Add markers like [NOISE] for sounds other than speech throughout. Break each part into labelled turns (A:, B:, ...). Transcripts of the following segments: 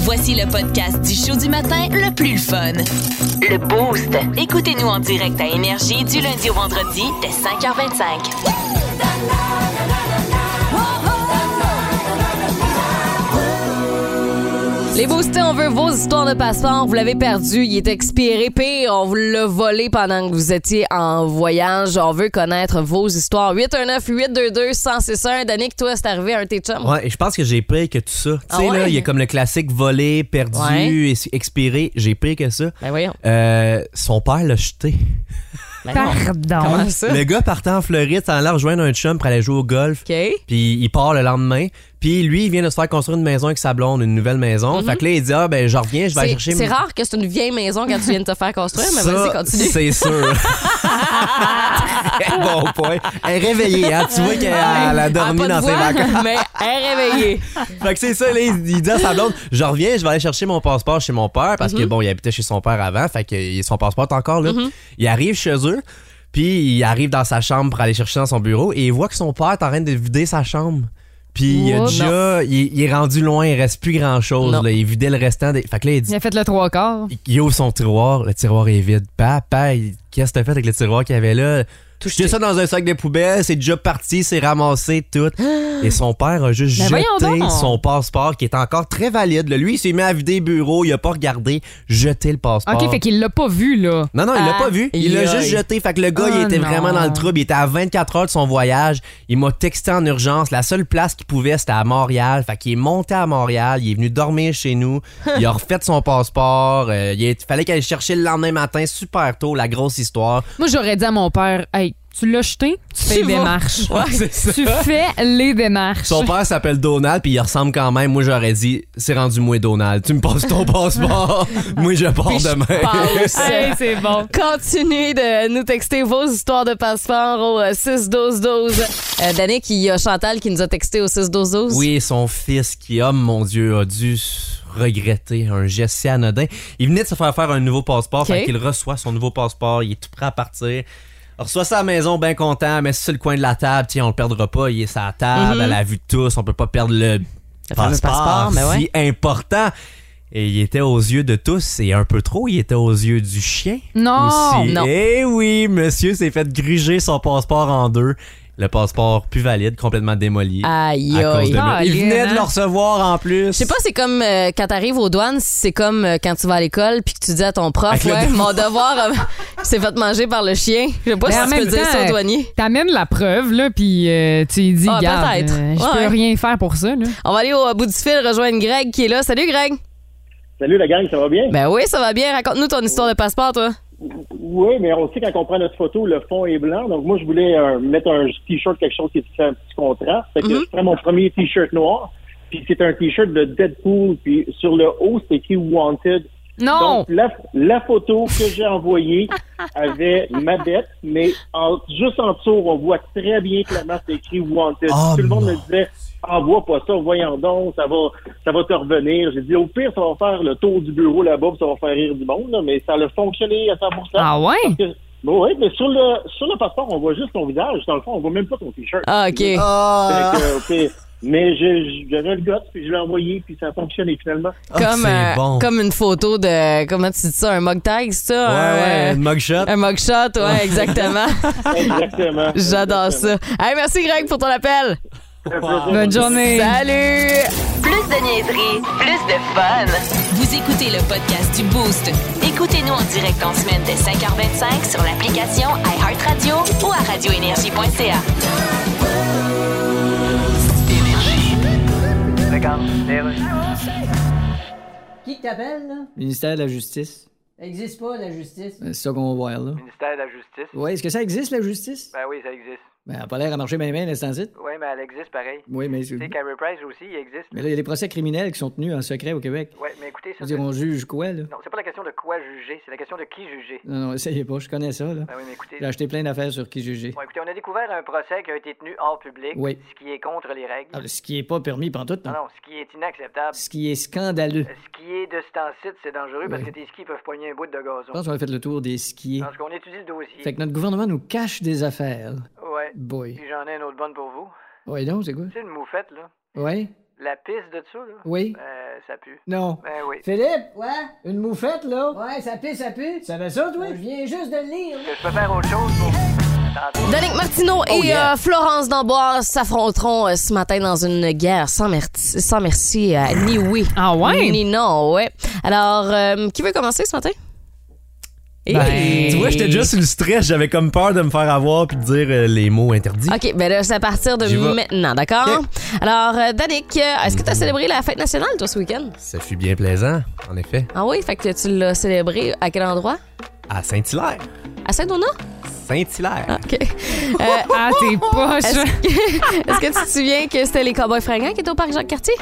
A: Voici le podcast du show du matin le plus le fun. Le Boost. Écoutez-nous en direct à Énergie du lundi au vendredi dès 5h25.
B: Les boostés, on veut vos histoires de passeport. Vous l'avez perdu, il est expiré. Pire, on vous l'a volé pendant que vous étiez en voyage. On veut connaître vos histoires. 819-822-1061. Danick, toi, c'est arrivé un de tes chums.
C: Ouais, et je pense que j'ai pire que tout ça. Tu sais,
B: Ah ouais?
C: là, il y a comme le classique volé, perdu,
B: Ouais.
C: es- expiré. J'ai pire que ça.
B: Ben voyons.
C: Euh, son père l'a jeté.
B: Ben non.
D: Pardon.
B: Comment ça?
C: Le gars partant en Floride, s'en allait rejoindre un chum pour aller jouer au golf.
B: OK.
C: Puis il part le lendemain. Puis lui, il vient de se faire construire une maison avec sa blonde, une nouvelle maison. Fait que là, il dit Ah, ben, je reviens, je vais aller
B: Mhm. C'est
C: chercher.
B: c'est
C: mes-
B: rare que c'est une vieille maison quand tu viens de te faire construire, mais vas-y,
C: Ça,
B: continue.
C: C'est sûr.
B: [LAUGHS]
C: Très bon point. Elle est réveillée, hein? Tu vois qu'elle elle a dormi
B: Ah, pas de
C: dans ses
B: voix,
C: vacances.
B: Mais elle est réveillée.
C: Fait que c'est ça, là, il il dit à sa blonde, je reviens, je vais aller chercher mon passeport chez mon père parce que bon, il habitait chez son père avant, fait que il- son passeport est encore là. Il arrive chez eux, puis il arrive dans sa chambre pour aller chercher dans son bureau et il voit que son père est en train de vider sa chambre. Puis il a
B: Oh,
C: déjà, il, il est rendu loin, il reste plus grand chose.
B: Non.
C: Il vidait le restant. Des... Fait que là, il dit,
D: Il a fait le trois quarts.
C: il ouvre son tiroir, le tiroir est vide. Papa, il- qu'est-ce que t'as fait avec le tiroir qu'il y avait là?
B: Tout
C: J'ai
B: jeté.
C: ça dans un sac de poubelle, c'est déjà parti, c'est ramassé,
D: [GASPS]
C: tout. Et son père a juste
D: Mais Ben voyons
C: jeté
D: donc!
C: son passeport qui est encore très valide. là. Lui, il s'est mis à vider bureau, il a pas regardé, jeté le passeport.
D: OK, fait qu'il l'a pas vu, là.
C: Non, non, il l'a
B: Ah,
C: pas vu. Il l'a
B: aïe.
C: juste jeté. Fait que le gars, il
D: Oh
C: était
D: non.
C: vraiment dans le trouble. Il était à 24 heures de son voyage. Il m'a texté en urgence. La seule place qu'il pouvait, c'était à Montréal. Fait qu'il est monté à Montréal. Il est venu dormir chez nous. Il a refait son passeport. Euh, il est- fallait qu'il aille chercher le lendemain matin, super tôt, la grosse histoire.
D: Moi, j'aurais dit à mon père, hey, tu l'as jeté, tu fais
B: vas-
D: les démarches.
C: Ouais, c'est ça.
D: Tu fais les démarches.
C: Son père s'appelle Donald, puis il ressemble quand même. Moi, j'aurais dit, c'est rendu moi Donald. Tu me passes ton passeport. moi, je pars
B: Puis je
C: demain.
B: passe.
D: Hey, c'est bon.
B: Continuez de nous texter vos histoires de passeport au euh, 6-12-12. Euh, Danick, il y a Chantal qui nous a texté au 6-12-12.
C: Oui, son fils qui, homme, mon Dieu, a dû s- regretter un geste si anodin. Il venait de se faire faire un nouveau passeport,
B: Ok.
C: fait qu'il reçoit son nouveau passeport, il est tout prêt à partir. Il reçoit ça à la maison, bien content, mais sur le coin de la table, tiens, on le perdra pas, il est sur la table, à la vue de tous, on peut pas perdre le,
B: Mhm. fameux
C: passeport,
B: passeport, mais ouais.
C: si important. Et il était aux yeux de tous, et un peu trop, il était aux yeux du chien
D: Non,
C: aussi.
B: non.
C: Eh oui, monsieur s'est fait gruger son passeport en deux. Le passeport plus valide, complètement démoli.
B: Aïe,
C: À cause
B: aïe.
C: de
D: Ah,
C: lui. Il
D: Lynn,
C: venait
D: hein?
C: de le recevoir en plus.
B: Je sais pas, c'est comme euh, quand t'arrives aux douanes, c'est comme euh, quand tu vas à l'école puis que tu dis à ton prof,
C: Avec le
B: ouais,
C: devoir.
B: mon devoir euh, [LAUGHS] s'est fait manger par le chien. Je sais pas
D: Mais en
B: si tu
D: même
B: peux dire ça
D: temps, euh,
B: au douanier.
D: T'amènes la preuve, là, puis euh, tu lui dis,
B: Ah,
D: garde,
B: peut-être.
D: euh, je
B: Ouais,
D: peux
B: ouais.
D: rien faire pour ça, là.
B: On va aller au euh, bout du fil rejoindre Greg qui est là. Salut Greg.
E: Salut la gang, ça va bien?
B: Ben oui, ça va bien. Raconte-nous ton histoire de passeport, toi.
E: Oui, mais on sait quand on prend notre photo, le fond est blanc. Donc moi, je voulais euh, mettre un t-shirt, quelque chose qui fait un petit contraste. Fait que je prends mon premier t-shirt noir, puis c'est un t-shirt de Deadpool, puis sur le haut, c'est écrit Wanted.
D: Non!
B: Oh!
E: Donc la, la photo que j'ai envoyée avait ma bête, mais en- juste en dessous, on voit très bien clairement c'est écrit Wanted.
C: Oh,
E: Tout le monde
C: mon
E: me disait envoie pas ça, voyons donc, ça va, ça va te revenir. J'ai dit, au pire, ça va faire le tour du bureau là-bas, puis ça va faire rire du monde, là, mais ça a fonctionné à 100%.
D: ah ouais?
E: Parce que- Bon, oui, mais sur le, sur le passeport, on voit juste ton visage. Dans le fond, on voit même pas ton t-shirt.
B: Ah, OK.
C: Ah.
E: Fait que, ok. Mais j'ai- j'avais le gosse, puis je l'ai envoyé, puis ça a fonctionné
B: [LAUGHS]
E: finalement.
C: Ah,
B: comme,
C: c'est
B: euh,
C: bon.
B: comme une photo de. Comment tu dis ça? Un mug tag, c'est ça?
C: Ouais,
B: Un,
C: ouais,
B: euh,
C: une mugshot.
B: un mugshot, ouais, exactement.
E: Exactement.
B: J'adore ça. Hey, merci Greg pour ton appel.
D: Bonne journée.
B: Salut!
A: Plus de niaiserie, plus de fun. Vous écoutez le podcast du Boost. Écoutez-nous en direct en semaine dès 5h25 sur l'application iHeartRadio ou à radioénergie.ca.
F: Qui t'appelle, là?
G: Ministère de la Justice.
F: Ça n'existe pas, la justice.
G: C'est ça qu'on va voir, là.
H: ministère de la Justice.
G: Oui, est-ce que ça existe, la justice?
H: Ben oui, ça existe.
G: Ben, elle a pas l'air à marcher bien, bien, l'instancite.
H: Oui, mais elle existe pareil.
G: Oui, mais... c'est-
H: Tu sais, Carrie Price aussi, il existe.
G: Mais là, il y a des procès criminels qui sont tenus en secret au Québec.
H: Ouais, mais écoutez, ça.
G: Je veux dire, on juge quoi, là?
H: Non, c'est pas la question de quoi juger, c'est la question de qui juger.
G: Non, non, essayez pas, je connais ça, là.
H: Ben oui, mais écoutez.
G: J'ai acheté plein d'affaires sur qui juger.
H: Bon, écoutez, on a découvert un procès qui a été tenu hors public,
G: Oui.
H: ce qui est contre les règles.
G: Ah, ce qui est pas permis pantoute, non?
H: non, non, ce qui est inacceptable.
G: Ce qui est scandaleux.
H: Ce qui est de ce temps-ci, c'est dangereux parce que tes skis peuvent poigner un bout de
G: Je
H: gazon.
G: pense qu'on a fait le tour des skiers.
H: Parce qu'on étudie le dossier.
G: Fait que notre gouvernement nous cache des affaires.
H: Ouais.
G: Boy.
H: Puis j'en ai une autre bonne pour vous.
G: Ouais, non, c'est quoi?
H: Tu sais, une moufette, là.
G: Ouais?
H: La piste de ça, là.
G: Oui?
H: Euh, euh, ça pue.
G: Non.
H: Ben oui.
G: Philippe,
F: Quoi?
G: une moufette, là?
F: Ouais, ça pue, ça pue.
G: Tu savais ça, toi?
F: Je viens juste de le lire, là.
H: Je peux faire autre chose pour. Attends.
B: Danick Martineau et
C: yeah.
B: euh, Florence D'Amboise s'affronteront euh, ce matin dans une guerre sans merci, sans merci euh, ni oui
D: Ah ouais?
B: ni non. Ouais. Alors, euh, qui veut commencer ce matin? Eh
D: Ben,
B: Hey!
C: Tu vois, j'étais déjà sur le stress, j'avais comme peur de me faire avoir puis de dire euh, les mots interdits.
B: OK, ben là, c'est à partir de
C: J'y vais.
B: maintenant, d'accord?
C: Ok.
B: Alors, euh, Danick, euh, est-ce que tu as célébré la fête nationale, toi, ce week-end?
C: Ça fut bien plaisant, en effet.
B: Ah oui, fait que tu l'as célébré à quel endroit?
C: À Saint-Hilaire.
B: À Saint-Donat?
C: Saint-Hilaire.
B: OK. Euh,
D: Ah, t'es poche.
B: Est-ce que tu te souviens que c'était les Cowboys fringants qui étaient au parc Jacques-Cartier?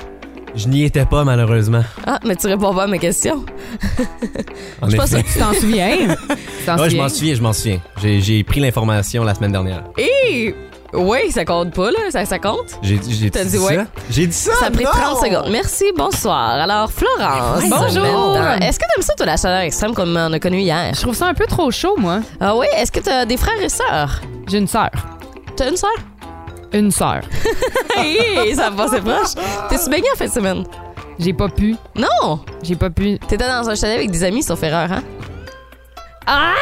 C: Je n'y étais pas, malheureusement.
B: Ah, mais tu réponds pas à mes questions.
C: En
B: Je pense
C: effet.
B: que
D: Tu t'en souviens? Tu t'en
C: Ouais, je
D: souviens?
C: m'en souviens, je m'en souviens. J'ai, j'ai pris l'information la semaine dernière.
B: Et Eh! oui, ça compte pas, là. Ça, ça compte.
C: J'ai, j'ai
B: T'as
C: dit,
B: dit ouais?
C: ça? J'ai dit ça?
B: Ça a pris
C: Ah, non!
B: 30 secondes. Merci, bonsoir. Alors, Florence.
D: Mais voyons
B: maintenant.
D: donc.
B: Est-ce que t'aimes ça, toi, la chaleur extrême comme on a connu hier?
D: Je trouve ça un peu trop chaud, moi.
B: Ah oui, est-ce que t'as des frères et sœurs?
D: J'ai une sœur.
B: T'as une sœur?
D: Une sœur.
B: [LAUGHS] Hey, ça va, c'est proche. T'es-tu baigné en fin de semaine?
D: J'ai pas pu.
B: Non!
D: J'ai pas pu.
B: T'étais dans un chalet avec des amis, sauf erreur, hein?
D: Ah!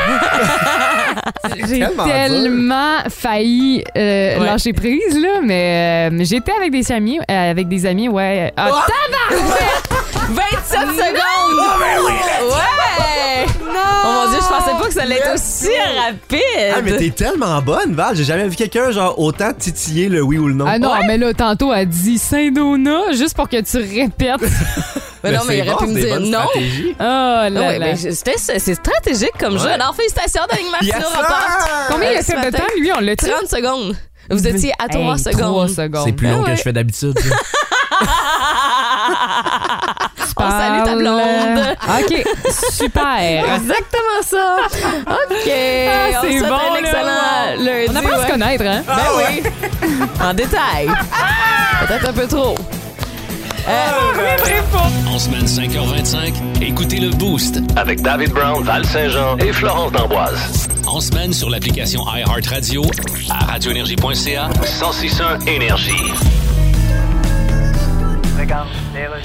B: Ah,
D: J'ai
C: tellement
D: tellement, failli euh, lâcher prise, là, mais euh, j'étais avec des amis, euh, avec des amis, ouais. Ah,
B: 27 secondes!
C: Oh,
B: ouais! Oh mon dieu, je pensais pas que ça allait être aussi rapide!
C: Ah, mais t'es tellement bonne, Val. J'ai jamais vu quelqu'un, genre, autant titiller le oui ou le non.
D: Ah non, mais là, tantôt, elle dit Saint-Donat juste pour que tu répètes.
B: [LAUGHS] Mais non, mais il
C: c'est
B: aurait pu
C: bon,
B: me
C: c'est
B: dire
C: bonne
B: non!
C: stratégie.
D: oh là
B: Ah ouais,
D: là.
B: ben, c'était- c'est c'est stratégique comme jeu. Alors, félicitations, Danick Martineau
C: Yes, sir!
B: remporte
D: Combien il
B: Euh,
D: a
B: ce
D: fait de
B: matin,
D: temps, lui? On l'a tué.
B: 30 secondes. Vous étiez à 3
D: Hey,
B: secondes.
D: trois secondes.
C: C'est plus
B: Ah
C: long
B: ouais.
C: que je fais d'habitude. ça.
B: [LAUGHS] On salue ta
D: Parle.
B: blonde.
D: OK,
B: [LAUGHS]
D: super.
B: Exactement ça. OK.
D: Ah,
B: On
D: c'est
B: souhaite
D: bon,
B: un
D: là.
B: excellent lundi.
D: On apprend à
B: ouais.
D: se connaître, hein?
B: Ben oui. en
D: [LAUGHS]
B: détail. Peut-être un peu trop. Euh,
I: En semaine 5h25, écoutez le Boost.
J: Avec David Brown, Val Saint-Jean et Florence d'Amboise.
I: En semaine sur l'application iHeartRadio à radioénergie.ca.
J: 1061 Énergie.
H: Regarde, les rues.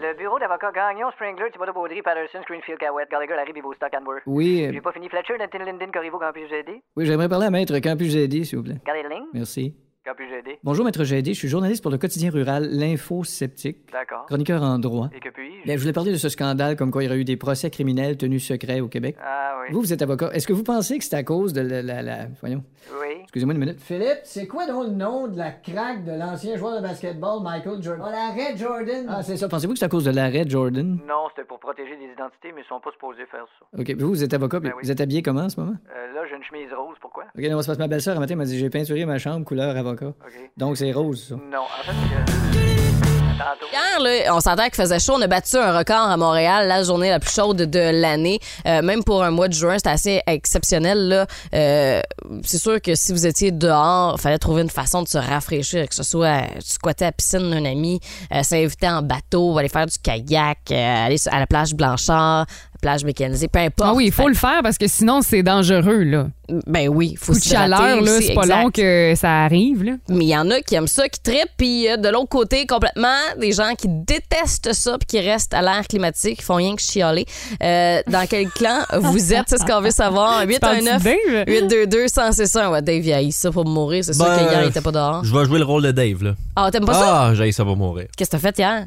H: Le bureau d'avocat Gagnon, Springler, Thibodeau, Baudry, Patterson, Greenfield, Cowett, Gallagher, Larry, Bivo, Stock, Anworth.
G: Oui, euh,
H: J'ai pas fini. Fletcher, Nathan, Linden, Corriveau, Campus GD.
G: oui j'aimerais parler à Maître Campus GD, s'il vous plaît.
H: Gardez ligne.
G: Merci.
H: Campus GD.
G: Bonjour, Maître GD. Je suis journaliste pour le quotidien rural L'Info Sceptique,
H: D'accord.
G: chroniqueur en droit.
H: Et que puis-je?
G: Bien, je voulais parler de ce scandale comme quoi il y aurait eu des procès criminels tenus secrets au Québec.
H: Ah oui.
G: Vous, vous êtes avocat. Est-ce que vous pensez que c'est à cause de la. la- la- Voyons.
H: Oui.
G: Excusez-moi une minute.
F: Philippe, c'est quoi donc le nom de la craque de l'ancien joueur de basketball Michael Jordan?
H: Oh,
F: On l'arrête Jordan.
G: Ah, c'est ça. Pensez-vous que c'est à cause de l'arrêt de Jordan?
H: Non, c'était pour protéger les identités, mais ils sont pas supposés faire ça.
G: OK. Puis Vous, vous êtes avocat. puis
H: Ben oui.
G: Vous êtes habillé comment en ce moment?
H: Euh, là, j'ai une chemise rose, pourquoi?
G: OK, non, c'est parce que ma belle-sœur, un matin, m'a dit j'ai peinturé ma chambre couleur avocat.
H: OK.
G: Donc, c'est rose, ça.
H: Non, en fait, euh, tantôt.
B: Hier, là, on s'entend qu'il faisait chaud. On a battu un record à Montréal, la journée la plus chaude de l'année. Euh, même pour un mois de juin, c'était assez exceptionnel. là. Euh, c'est sûr que si vous étiez dehors, fallait trouver une façon de se rafraîchir, que ce soit euh, squatter à la piscine d'un ami, euh, s'inviter en bateau, aller faire du kayak, euh, aller sur- à la plage Blanchard, la plage mécanisée, peu importe.
D: Ah oui, il faut le faire parce que sinon, c'est dangereux, là.
B: Ben oui, faut
D: Coup de
B: s'hydrater
D: chaleur, là,
B: aussi,
D: c'est pas
B: exact.
D: long que ça arrive, là.
B: Mais il y en a qui aiment ça, qui trippent, puis euh, de l'autre côté, complètement, des gens qui détestent ça, puis qui restent à l'air climatique, qui font rien que chialer. Euh, dans quel clan vous êtes? C'est ce qu'on veut savoir.
D: Parles-tu
B: 819
D: Dave?
B: 822 161 Ouais, Dave, il haït ça pour mourir. C'est sûr
C: Ben,
B: qu'hier, il était pas dehors.
C: Je vais jouer le rôle de Dave, là.
B: Ah, t'aimes pas ça?
C: Ah, j'ai ça pour mourir.
B: Qu'est-ce que t'as fait hier?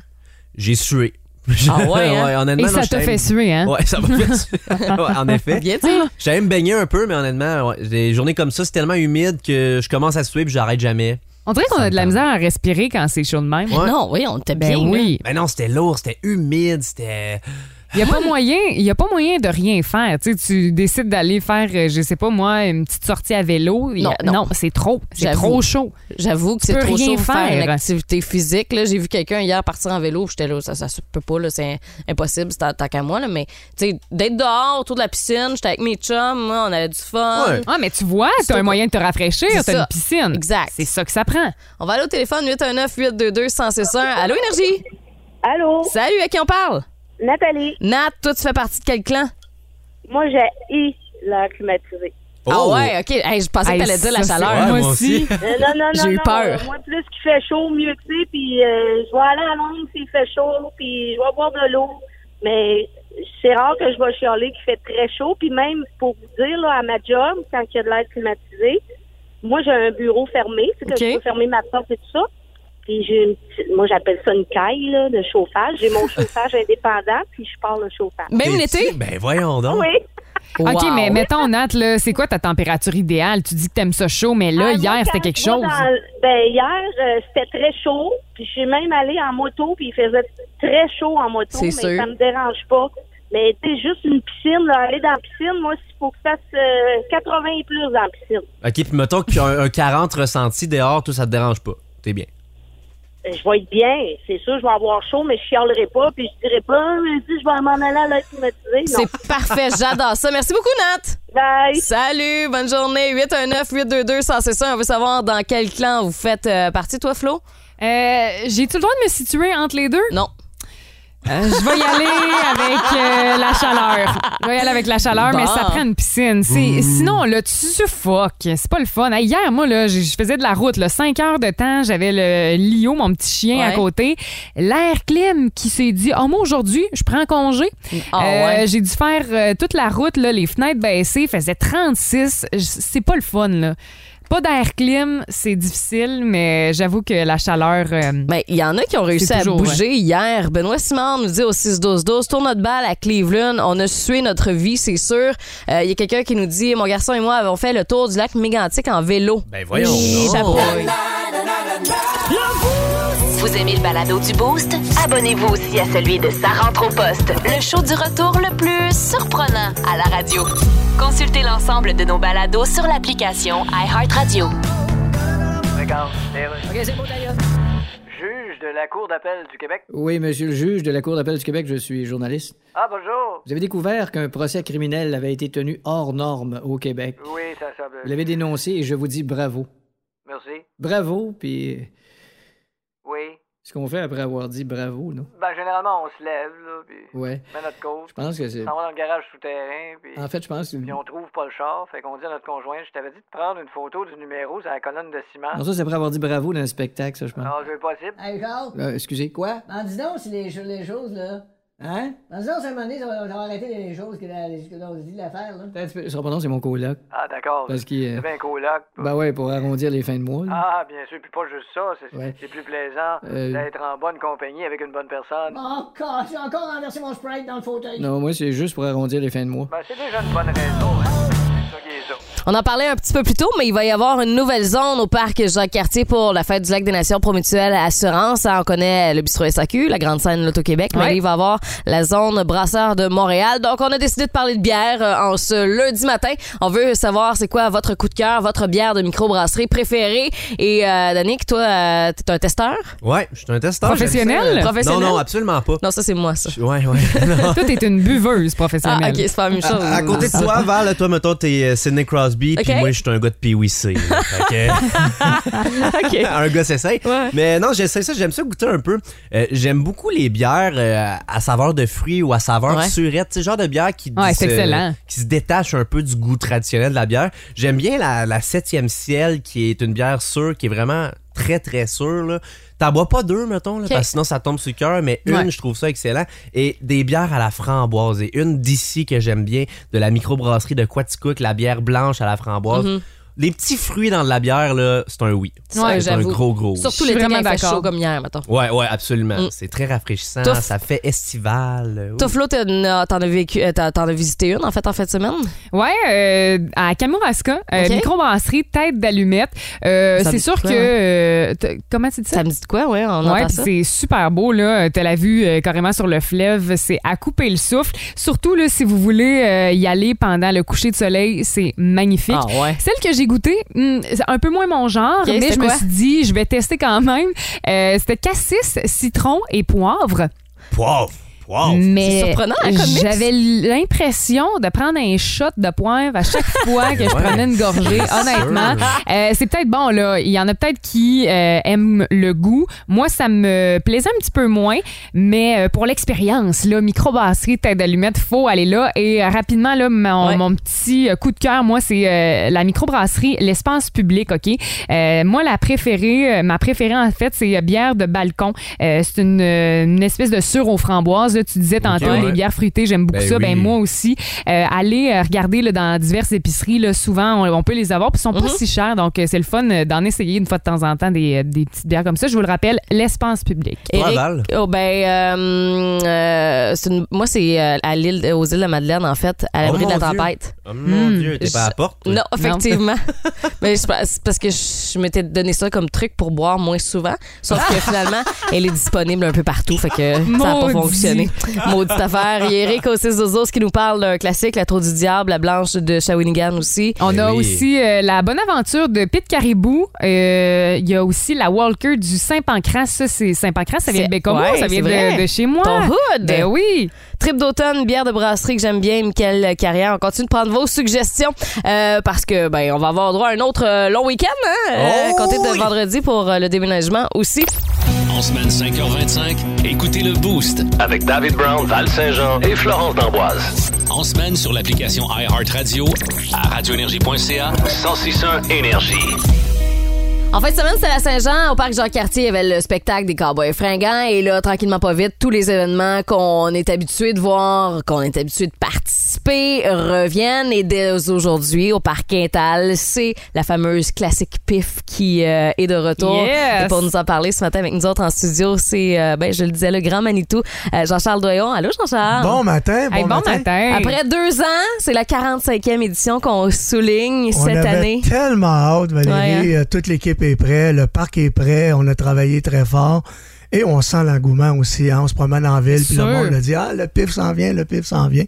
B: [LAUGHS]
C: J'ai sué.
B: Ah ouais, hein?
C: honnêtement,
D: Et
C: non,
D: ça t'a
C: j'étais-
D: fait suer, hein?
C: Ouais, ça m'a fait
D: [LAUGHS]
C: suer. Ouais, en effet.
B: Bien, tu sais.
C: J'allais me baigner un peu, mais honnêtement, ouais, des journées comme ça, c'est tellement humide que je commence à suer puis j'arrête jamais.
D: On dirait qu'on a de la
C: me
D: misère à respirer quand c'est chaud de même.
C: Ouais.
B: Non, oui, on était
D: Ben
B: bien. là.
D: oui.
C: Mais non, c'était lourd, c'était humide, c'était.
D: Il n'y a, pas moyen- y a pas moyen de rien faire. Tu, sais, tu décides d'aller faire, euh, je sais pas moi, une petite sortie à vélo. Y a-
B: Non, non.
D: c'est trop. C'est
B: J'avoue.
D: trop chaud.
B: J'avoue que c'est
D: peux
B: trop
D: rien
B: chaud pour faire
D: faire.
B: une activité physique. là. J'ai vu quelqu'un hier partir en vélo. J'étais là, ça, ça se peut pas, là, c'est impossible, c'est tant- tant qu'à moi. Là, mais tu sais, d'être dehors, autour de la piscine, j'étais avec mes chums, moi, on avait du fun.
C: Ouais.
D: Ah, mais tu vois,
B: C'est
D: t'as
B: pas-
D: un moyen de te rafraîchir,
B: C'est
D: t'as
B: ça.
D: une piscine.
B: Exact.
D: C'est ça que ça prend.
B: On va aller au téléphone 819-822-1061. Allô, Énergie?
K: Allô,
B: Salut, à qui on parle?
K: Nathalie.
B: Nat, toi, tu fais partie de quel clan?
K: Moi, j'ai eu l'air climatisé.
B: Ah ouais, ok. Hey, je pensais
D: Oh! Hey,
B: que t'allais dire la
D: ça,
B: chaleur.
D: c'est- Ouais, moi aussi.
K: Euh, non, non, non.
B: J'ai eu
K: non,
B: peur.
K: euh, moi, plus qu'il fait chaud, mieux que c'est. Puis euh, je vais aller à Londres s'il fait chaud, puis je vais boire de l'eau. Mais c'est rare que je vais chialer qu'il fait très chaud. Puis même, pour vous dire, là, à ma job, quand il y a de l'air climatisé, moi, j'ai un bureau fermé. C'est que
L: Ok.
K: je peux fermer ma porte et tout ça. Puis j'ai une petite- moi, j'appelle ça une caille là, de chauffage.
B: [LAUGHS]
K: J'ai mon chauffage indépendant, puis je pars le chauffage.
C: T'es petit? Ben voyons
D: Ah
C: donc.
K: Oui.
D: [LAUGHS] OK,
K: Wow.
D: mais mettons, Nat, là, c'est quoi ta température idéale? Tu dis que t'aimes ça chaud, mais là,
K: Ah, moi,
D: hier, c'était
K: quand-
D: quelque
K: moi,
D: chose.
K: dans- ben, hier, euh, c'était très chaud. Puis je suis même allée en moto, puis il faisait très chaud en moto,
B: C'est
K: mais
B: sûr.
K: ça me dérange pas. Mais c'est juste une piscine, là, aller dans la piscine, moi, il faut que je fasse euh, 80 et plus dans la piscine.
C: OK, puis mettons qu'il y a un, un 40 ressenti dehors, tout ça te dérange pas. T'es bien.
K: Euh, Je vais être bien, c'est sûr, je vais avoir chaud, mais je chialerai pas, puis je dirai pas, Ah, mais si je vais m'en aller à l'air climatisé. non.
D: [LAUGHS]
B: C'est parfait, j'adore ça. Merci beaucoup, Nat.
K: Bye.
B: Salut, bonne journée. 819-822-100, c'est ça. On veut savoir dans quel clan vous faites euh, partie, toi, Flo?
D: Euh, J'ai-tu le droit de me situer entre les deux? Euh,
B: Non.
D: je vais y aller avec euh, la chaleur. Je vais y aller avec la chaleur,
B: Bon.
D: mais ça prend une piscine. C'est- Sinon, là, tu suffoques. C'est pas le fun. Hey, Hier, moi, là, je je faisais de la route. Là, 5 heures de temps, j'avais le Lio, mon petit chien, à
B: Ouais.
D: côté. L'air clim qui s'est dit « Oh, moi, aujourd'hui, je prends congé.
B: Ah, ouais.
D: Euh, J'ai dû faire euh, toute la route, là, les fenêtres baissées. faisait 36. J- C'est pas le fun, là. Pas d'air clim, c'est difficile, mais j'avoue que la chaleur...
B: [LAUGHS]
D: euh,
B: Ben, il y en a qui ont réussi à bouger hier. Benoît Simard nous dit au 6-12-12, tourne notre balle à Cleveland. On a sué notre vie, c'est sûr. Euh, Il y a quelqu'un qui nous dit, mon garçon et moi avons fait le tour du lac Mégantic en vélo.
C: Ben voyons donc.
B: Chapeau.
A: Vous aimez le balado du Boost? Abonnez-vous aussi à celui de Sa rentre au poste, le show du retour le plus surprenant à la radio. Consultez l'ensemble de nos balados sur l'application iHeartRadio.
H: Regarde, c'est Juge de la Cour d'appel du Québec.
G: Oui, monsieur le juge de la Cour d'appel du Québec, je suis journaliste.
H: Ah, bonjour.
G: Vous avez découvert qu'un procès criminel avait été tenu hors norme au Québec.
H: Oui, ça semble.
G: Vous l'avez dénoncé et je vous dis bravo.
H: Merci.
G: Bravo, puis
H: Oui.
G: ce qu'on fait après avoir dit bravo, non?
H: Ben, généralement, on se lève, là, puis
G: Ouais.
H: on met notre côte. Je
G: pense Ah. que c'est-
H: On s'en va dans le garage souterrain, puis...
G: En fait, je pense que...
H: Puis on trouve pas le char, fait qu'on dit à notre conjoint, je t'avais dit de prendre une photo du numéro sur la colonne de ciment.
G: Non, ça, c'est après avoir dit bravo dans le spectacle, ça, je pense.
H: Non, je veux pas possible.
F: Hey, Charles!
G: Euh, excusez.
F: Quoi? Ben, Ah. dis donc, si les, cho- les choses, là. Hein? Ben, dis donc, c'est un moment donné, ça va, ça va arrêter les choses que la- que l'on se dit de la faire, là.
G: Son prénom, c'est mon coloc.
H: Ah, d'accord.
G: Parce qu'il, euh,
H: C'est bien un coloc.
G: Ben ouais, pour arrondir les fins de mois. là.
H: Ah, bien sûr, puis pas juste ça, c'est
G: Ouais.
H: c'est plus plaisant
G: Euh, Ah.
H: d'être en bonne compagnie avec une bonne personne.
F: Oh, God, j'ai encore renversé mon sprite dans le fauteuil.
G: Non, moi, c'est juste pour arrondir les fins de mois.
H: Ben, c'est déjà une bonne raison, hein. C'est ça qui est ça.
B: On en parlait un petit peu plus tôt, mais il va y avoir une nouvelle zone au parc Jacques-Cartier pour la fête du Lac des Nations Promutuelle Assurance. Hein, On connaît le bistrot SAQ, la grande scène de l'Auto-Québec, mais
D: Ouais.
B: là, il va y avoir la zone brasseur de Montréal. Donc, on a décidé de parler de bière euh, en ce lundi matin. On veut savoir c'est quoi votre coup de cœur, votre bière de microbrasserie préférée. Et, euh, Danick, toi, euh, t'es un testeur?
C: Ouais, je suis un testeur.
B: Professionnel?
C: j'aime ça.
B: Professionnel?
C: Non, non, absolument pas.
B: Non, ça, c'est moi, ça.
C: Ouais, ouais. [LAUGHS]
D: Toi, t'es une buveuse professionnelle.
B: Ah, ok, c'est pas la même chose.
C: À, à côté de toi, Val, toi, mettons, t'es euh, Sidney Crosby, puis
B: Ok.
C: moi, je suis un gars de PWC. là. Fait que-
B: OK.
C: [LAUGHS] un gars s'essaye. Mais non, j'essaie ça, j'aime ça goûter un peu. Euh, j'aime beaucoup les bières euh, à saveur de fruits ou à saveur
D: Ouais.
C: surette. C'est genre de bière qui,
D: Ouais, c'est
C: se-
D: excellent.
C: qui se détache un peu du goût traditionnel de la bière. J'aime bien la, la septième ciel qui est une bière sûre, qui est vraiment très très sûre. Là. T'en bois pas deux, mettons, là,
B: Ok.
C: parce que sinon ça tombe sur le cœur, mais une,
B: Ouais.
C: je trouve ça excellent. Et des bières à la framboise. Et une d'ici que j'aime bien, de la microbrasserie de Quaticook, la bière blanche à la framboise.
B: Mhm.
C: Les petits fruits dans de la bière, là, c'est un oui.
B: Ouais,
C: c'est un
B: j'avoue.
C: gros, gros oui.
B: Surtout
D: Je suis
B: l'été quand
D: vraiment
B: il fait
D: d'accord.
B: chaud comme hier, mettons.
C: Ouais, ouais, absolument.
B: Mm.
C: C'est très rafraîchissant,
B: Tough.
C: ça fait estival. Euh,
B: Toi, Flo, t'en t'en as vécu, euh, t'en t'en as visité une, en fait, en fin de semaine?
D: Ouais, euh, à Kamouraska, euh,
B: Ok.
D: microbrasserie tête d'allumette. Euh,
B: Ça me
D: c'est
B: dit
D: sûr
B: quoi,
D: que
B: ouais.
D: euh, t- comment tu dis ça
B: Ça me dit de quoi, ouais, on
D: Ouais,
B: entend
D: puis
B: ça.
D: c'est super beau là, tu l'as vu euh, carrément sur le fleuve, c'est à couper le souffle. Surtout là si vous voulez euh, y aller pendant le coucher de soleil, c'est magnifique.
B: Ah ouais.
D: Celle que j'ai goûtée, hmm, c'est un peu moins mon genre,
B: Ok,
D: mais
B: c'était
D: je me
B: quoi?
D: suis dit je vais tester quand même. Euh, c'était cassis, citron et poivre.
C: Poivre! Wow!
D: Mais
B: C'est surprenant, hein, comme mix?
D: j'avais l'impression de prendre un shot de poivre à chaque fois que je prenais une gorgée, honnêtement. Euh, c'est peut-être bon, là. Il y en a peut-être qui euh, aiment le goût. Moi, ça me plaisait un petit peu moins, mais euh, pour l'expérience, là, microbrasserie, tête d'allumette, faut aller là. Et euh, rapidement, là, mon,
B: Ouais.
D: mon petit euh, coup de cœur, moi, c'est euh, la microbrasserie, l'espace public, OK? Euh, moi, la préférée, euh, ma préférée, en fait, c'est euh, bière de balcon. Euh, c'est une, euh, une espèce de sur aux framboises. là. tu disais tantôt,
C: ouais.
D: les bières fruitées, j'aime beaucoup
C: Ben
D: ça. Ben,
C: oui.
D: moi aussi. Euh, allez euh, regarder là, dans diverses épiceries. Là, souvent, on, on peut les avoir. Puis, ils sont pas
C: Mm-hmm.
D: si chers. Donc, euh, c'est le fun euh, d'en essayer une fois de temps en temps des, euh, des petites bières comme ça. Je vous le rappelle, l'espace public.
C: Toi,
B: Éric-
C: Val?
B: oh, ben, euh, euh, c'est une- moi, c'est euh, à l'île, aux îles de la Madeleine, en fait, à l'abri
C: Oh,
B: de la
C: mon Dieu.
B: tempête.
C: Oh mon
D: Hmm.
C: Dieu, t'es pas à la porte? toi?
B: Mm. Non, [LAUGHS] effectivement. Mais je pense- c'est parce que je m'étais donné ça comme truc pour boire moins souvent. Sauf [LAUGHS] que finalement, elle est disponible un peu partout. Fait que ça n'a pas
D: Maudit.
B: fonctionné. Maudite affaire. Il y a Eric au 6 Zozos qui nous parle d'un classique, La Tour du Diable, La Blanche de Shawinigan aussi.
D: On
C: Ben
D: a
C: oui.
D: aussi euh, la bonne aventure de Pete Caribou. Euh, Il y a aussi la Walker du Saint-Pancras. Ça, c'est Saint-Pancras, ça vient
B: C'est-
D: de Bécomo,
B: ouais,
D: ça vient
B: c'est vrai.
D: de, de chez moi.
B: Ton hood!
D: Ben oui.
B: Trip d'automne, bière de brasserie que j'aime bien, Michael Carrière. On continue de prendre vos suggestions euh, parce que ben on va avoir droit à un autre euh, long week-end, hein? euh,
C: Oh
B: comptez de
C: oui!
B: vendredi pour euh, le déménagement aussi.
I: En semaine 5h25, écoutez le Boost.
J: Avec David Brown, Val Saint-Jean et Florence D'Amboise.
I: En semaine sur l'application iHeartRadio à radioénergie.ca.
J: 1061 Énergie.
B: En fin de semaine, c'est la Saint-Jean. Au parc Jean-Cartier, il y avait le spectacle des Cowboys fringants. Et là, tranquillement, pas vite, tous les événements qu'on est habitué de voir, qu'on est habitué de participer, reviennent. Et dès aujourd'hui, au parc Quintal, c'est la fameuse classique PIF qui euh, est de retour.
D: Yes!
B: Et pour nous en parler ce matin avec nous autres en studio, c'est, euh, ben, je le disais, le grand Manitou, euh, Jean-Charles Doyon. Allô, Jean-Charles?
L: Bon matin, bon,
D: Hey, bon matin.
B: Après deux ans, c'est la 45e édition qu'on souligne
L: On
B: cette
L: avait
B: année.
L: tellement hâte, Valérie.
B: Ouais, hein.
L: Euh, Toute l'équipe est prête, le parc est prêt, on a travaillé très fort. Et on sent l'engouement aussi. hein. On se promène en ville, puis le
D: Sûr.
L: monde a dit Ah, le pif s'en vient, le pif s'en vient.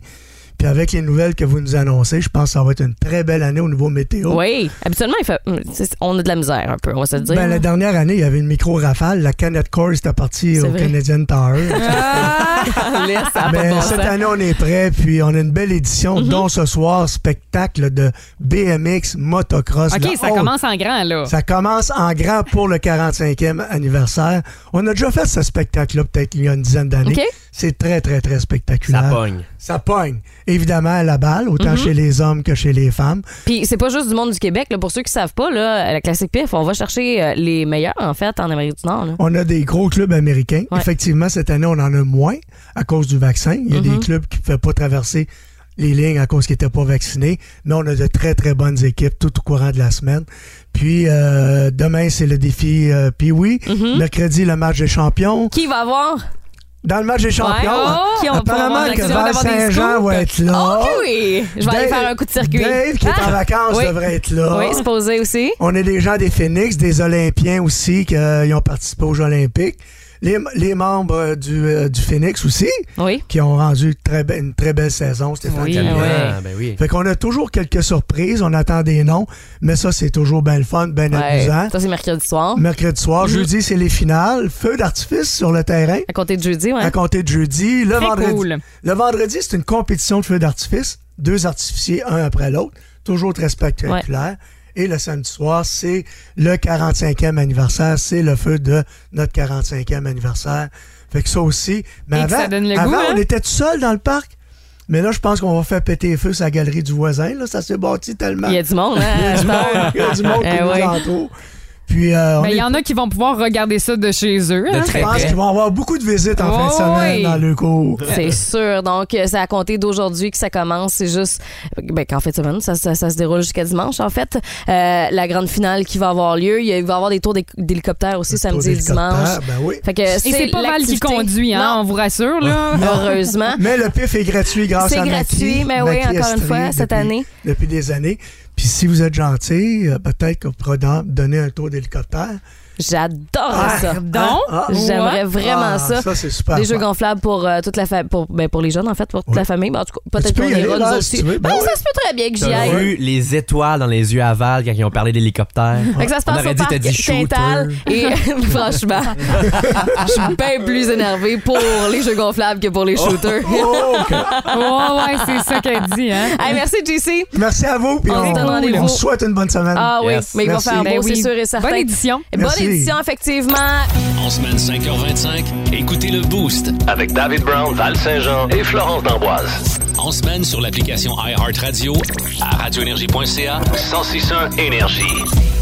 L: Puis avec les nouvelles que vous nous annoncez, je pense que ça va être une très belle année au niveau météo.
B: Oui, habituellement, il fait, hum, c'est- on a de la misère un peu, on va se le dire.
L: Ben, la dernière année, il y avait une micro-rafale. La Canette Corps était partie
B: C'est
L: au
B: vrai.
L: Canadian Tower.
B: Laisse, ça a pas de
L: Mais
B: bon
L: Ben, cette
B: sens.
L: année, on est prêt, puis on a une belle édition,
D: Mm-hmm.
L: dont ce soir, spectacle de BMX motocross.
D: OK,
L: la
D: ça
L: haute.
D: commence en grand, là.
L: Ça commence en grand pour le 45e anniversaire. On a déjà fait ce spectacle-là peut-être il y a une dizaine d'années.
B: OK.
L: C'est très, très, très spectaculaire.
C: Ça pogne.
L: Ça pogne. Évidemment, à la balle, autant chez les hommes que chez les femmes.
B: Puis c'est pas juste du monde du Québec. Là. Pour ceux qui savent pas, là, la classique PIF, on va chercher euh, les meilleurs, en fait, en Amérique du Nord. là.
L: On a des gros clubs américains.
B: Ouais.
L: Effectivement, cette année, on en a moins à cause du vaccin. Il y a des clubs qui ne pouvaient pas traverser les lignes à cause qu'ils n'étaient pas vaccinés. Mais on a de très, très bonnes équipes tout au courant de la semaine. Puis euh, demain, c'est le défi euh, Pee-Wee. Mercredi, le match des champions.
B: Mhm. Qui va avoir?
L: Dans le match des champions,
B: oh! Qui on va pouvoir
L: apparemment
B: avoir
L: que
B: l'action
L: Val
B: d'avoir des
L: Saint-Jean
B: scoops?
L: va être là.
B: OK, oui! Je vais aller
L: Dave-
B: faire un coup de circuit.
L: Dave, qui est en
B: Ah!
L: vacances,
B: Oui.
L: devrait être là.
B: Oui, c'est posé aussi.
L: On a des gens des Phoenix, des Olympiens aussi, qui euh, ont participé aux Jeux Olympiques. Les, les membres du, euh, du Phoenix aussi,
B: Oui.
L: qui ont rendu très be- une très belle saison. C'était
D: Oui,
L: fantastique.
D: ouais.
C: Ah, ben oui.
L: Fait qu'on a toujours quelques surprises, on attend des noms, mais ça, c'est toujours bien le fun, bien
B: Ouais.
L: amusant.
B: Ça, c'est mercredi soir.
L: Mercredi soir, jeudi, c'est les finales. Feu d'artifice sur le terrain,
B: À compter de jeudi, ouais.
L: à compter de jeudi. Le
D: Très
L: vendredi,
D: cool.
L: le vendredi, c'est une compétition de feu d'artifice, deux artificiers, un après l'autre, toujours très spectaculaire. Et le samedi soir, c'est le 45e anniversaire, c'est le feu de notre 45e anniversaire. Fait que ça aussi, mais
D: Et que
L: avant,
D: ça donne le
L: avant,
D: goût, hein?
L: on était tout seul dans le parc. Mais là, je pense qu'on va faire péter les feux sur la galerie du voisin. Là, ça s'est bâti tellement.
B: Il y a du monde, hein?
L: Il y a du
B: je
L: monde,
B: pense.
L: [LAUGHS] il y a du monde qui
B: Eh
L: nous
B: oui.
L: entoure. Puis, euh, on
D: Ben, il
L: est-
D: y en a qui vont pouvoir regarder ça de chez eux. hein.
L: je pense qu'ils vont avoir beaucoup de visites en fin de
D: Oh
L: semaine
D: oui.
L: dans le cours.
B: C'est sûr. Donc, euh, c'est à compter d'aujourd'hui que ça commence. C'est juste ben, qu'en fait, semaine, ça, ça, ça se déroule jusqu'à dimanche. En fait, Euh, la grande finale qui va avoir lieu, il y a- il va y avoir des tours d'héc- d'hélicoptère aussi
L: Le tour
B: samedi et dimanche.
L: d'hélicoptère, Ben oui.
B: Fait que
D: Et c'est pas mal qui
B: l'activité.
D: conduit, hein, on vous rassure. Là.
L: Ah.
B: Non, heureusement.
L: Mais le PIF est gratuit grâce
B: C'est
L: à Maki.
B: gratuit, mais oui,
L: Maki
B: encore une
L: Estrie
B: fois, cette
L: depuis-
B: année.
L: Depuis des années. Puis si vous êtes gentil, euh, peut-être qu'on pourra don- donner un tour d'hélicoptère.
B: J'adore
D: Ah,
B: ça.
D: pardon?
B: Ah, J'aimerais
D: ouais.
B: vraiment
D: Ah,
B: ça.
D: ça, c'est super
B: Des
D: fun.
B: jeux gonflables pour euh, toute la famille. Pour, ben, pour les jeunes, en fait, pour toute la famille. Ben, en tout cas,
L: Tu
B: peut-être
L: peux
B: qu'on
L: y aller,
B: ira
L: là,
B: nous
L: si
B: aussi.
L: tu veux.
B: Ben,
L: Ben
B: ça se peut très bien que j'y
C: T'as
B: aille.
C: vu les étoiles dans les yeux à Val quand ils ont parlé d'hélicoptère.
B: Fait que ça se
C: On
B: passe
C: aurait
B: au
C: dit, t'as
B: parc
C: dit shooter.
B: Saint-Al
L: [LAUGHS]
B: et franchement, je suis bien plus énervée pour les jeux gonflables que pour les shooters.
L: Oh, ok.
D: Oh, ouais, c'est ça qu'elle dit, hein.
B: Hey, merci, JC.
L: Merci à vous, puis
B: On se
L: on,
B: donne rendez-vous.
L: on vous souhaite une bonne semaine.
B: Ah oui, mais il va
L: Merci.
B: faire beau,
L: Ben
B: c'est
L: oui.
B: sûr et certain.
D: Bonne édition.
B: Bonne
J: Merci.
B: édition, effectivement.
I: En semaine 5h25, écoutez le Boost.
J: Avec David Brown, Val Saint-Jean et Florence d'Amboise.
I: En semaine sur l'application iHeartRadio à radioénergie.ca.
J: 1061 Énergie.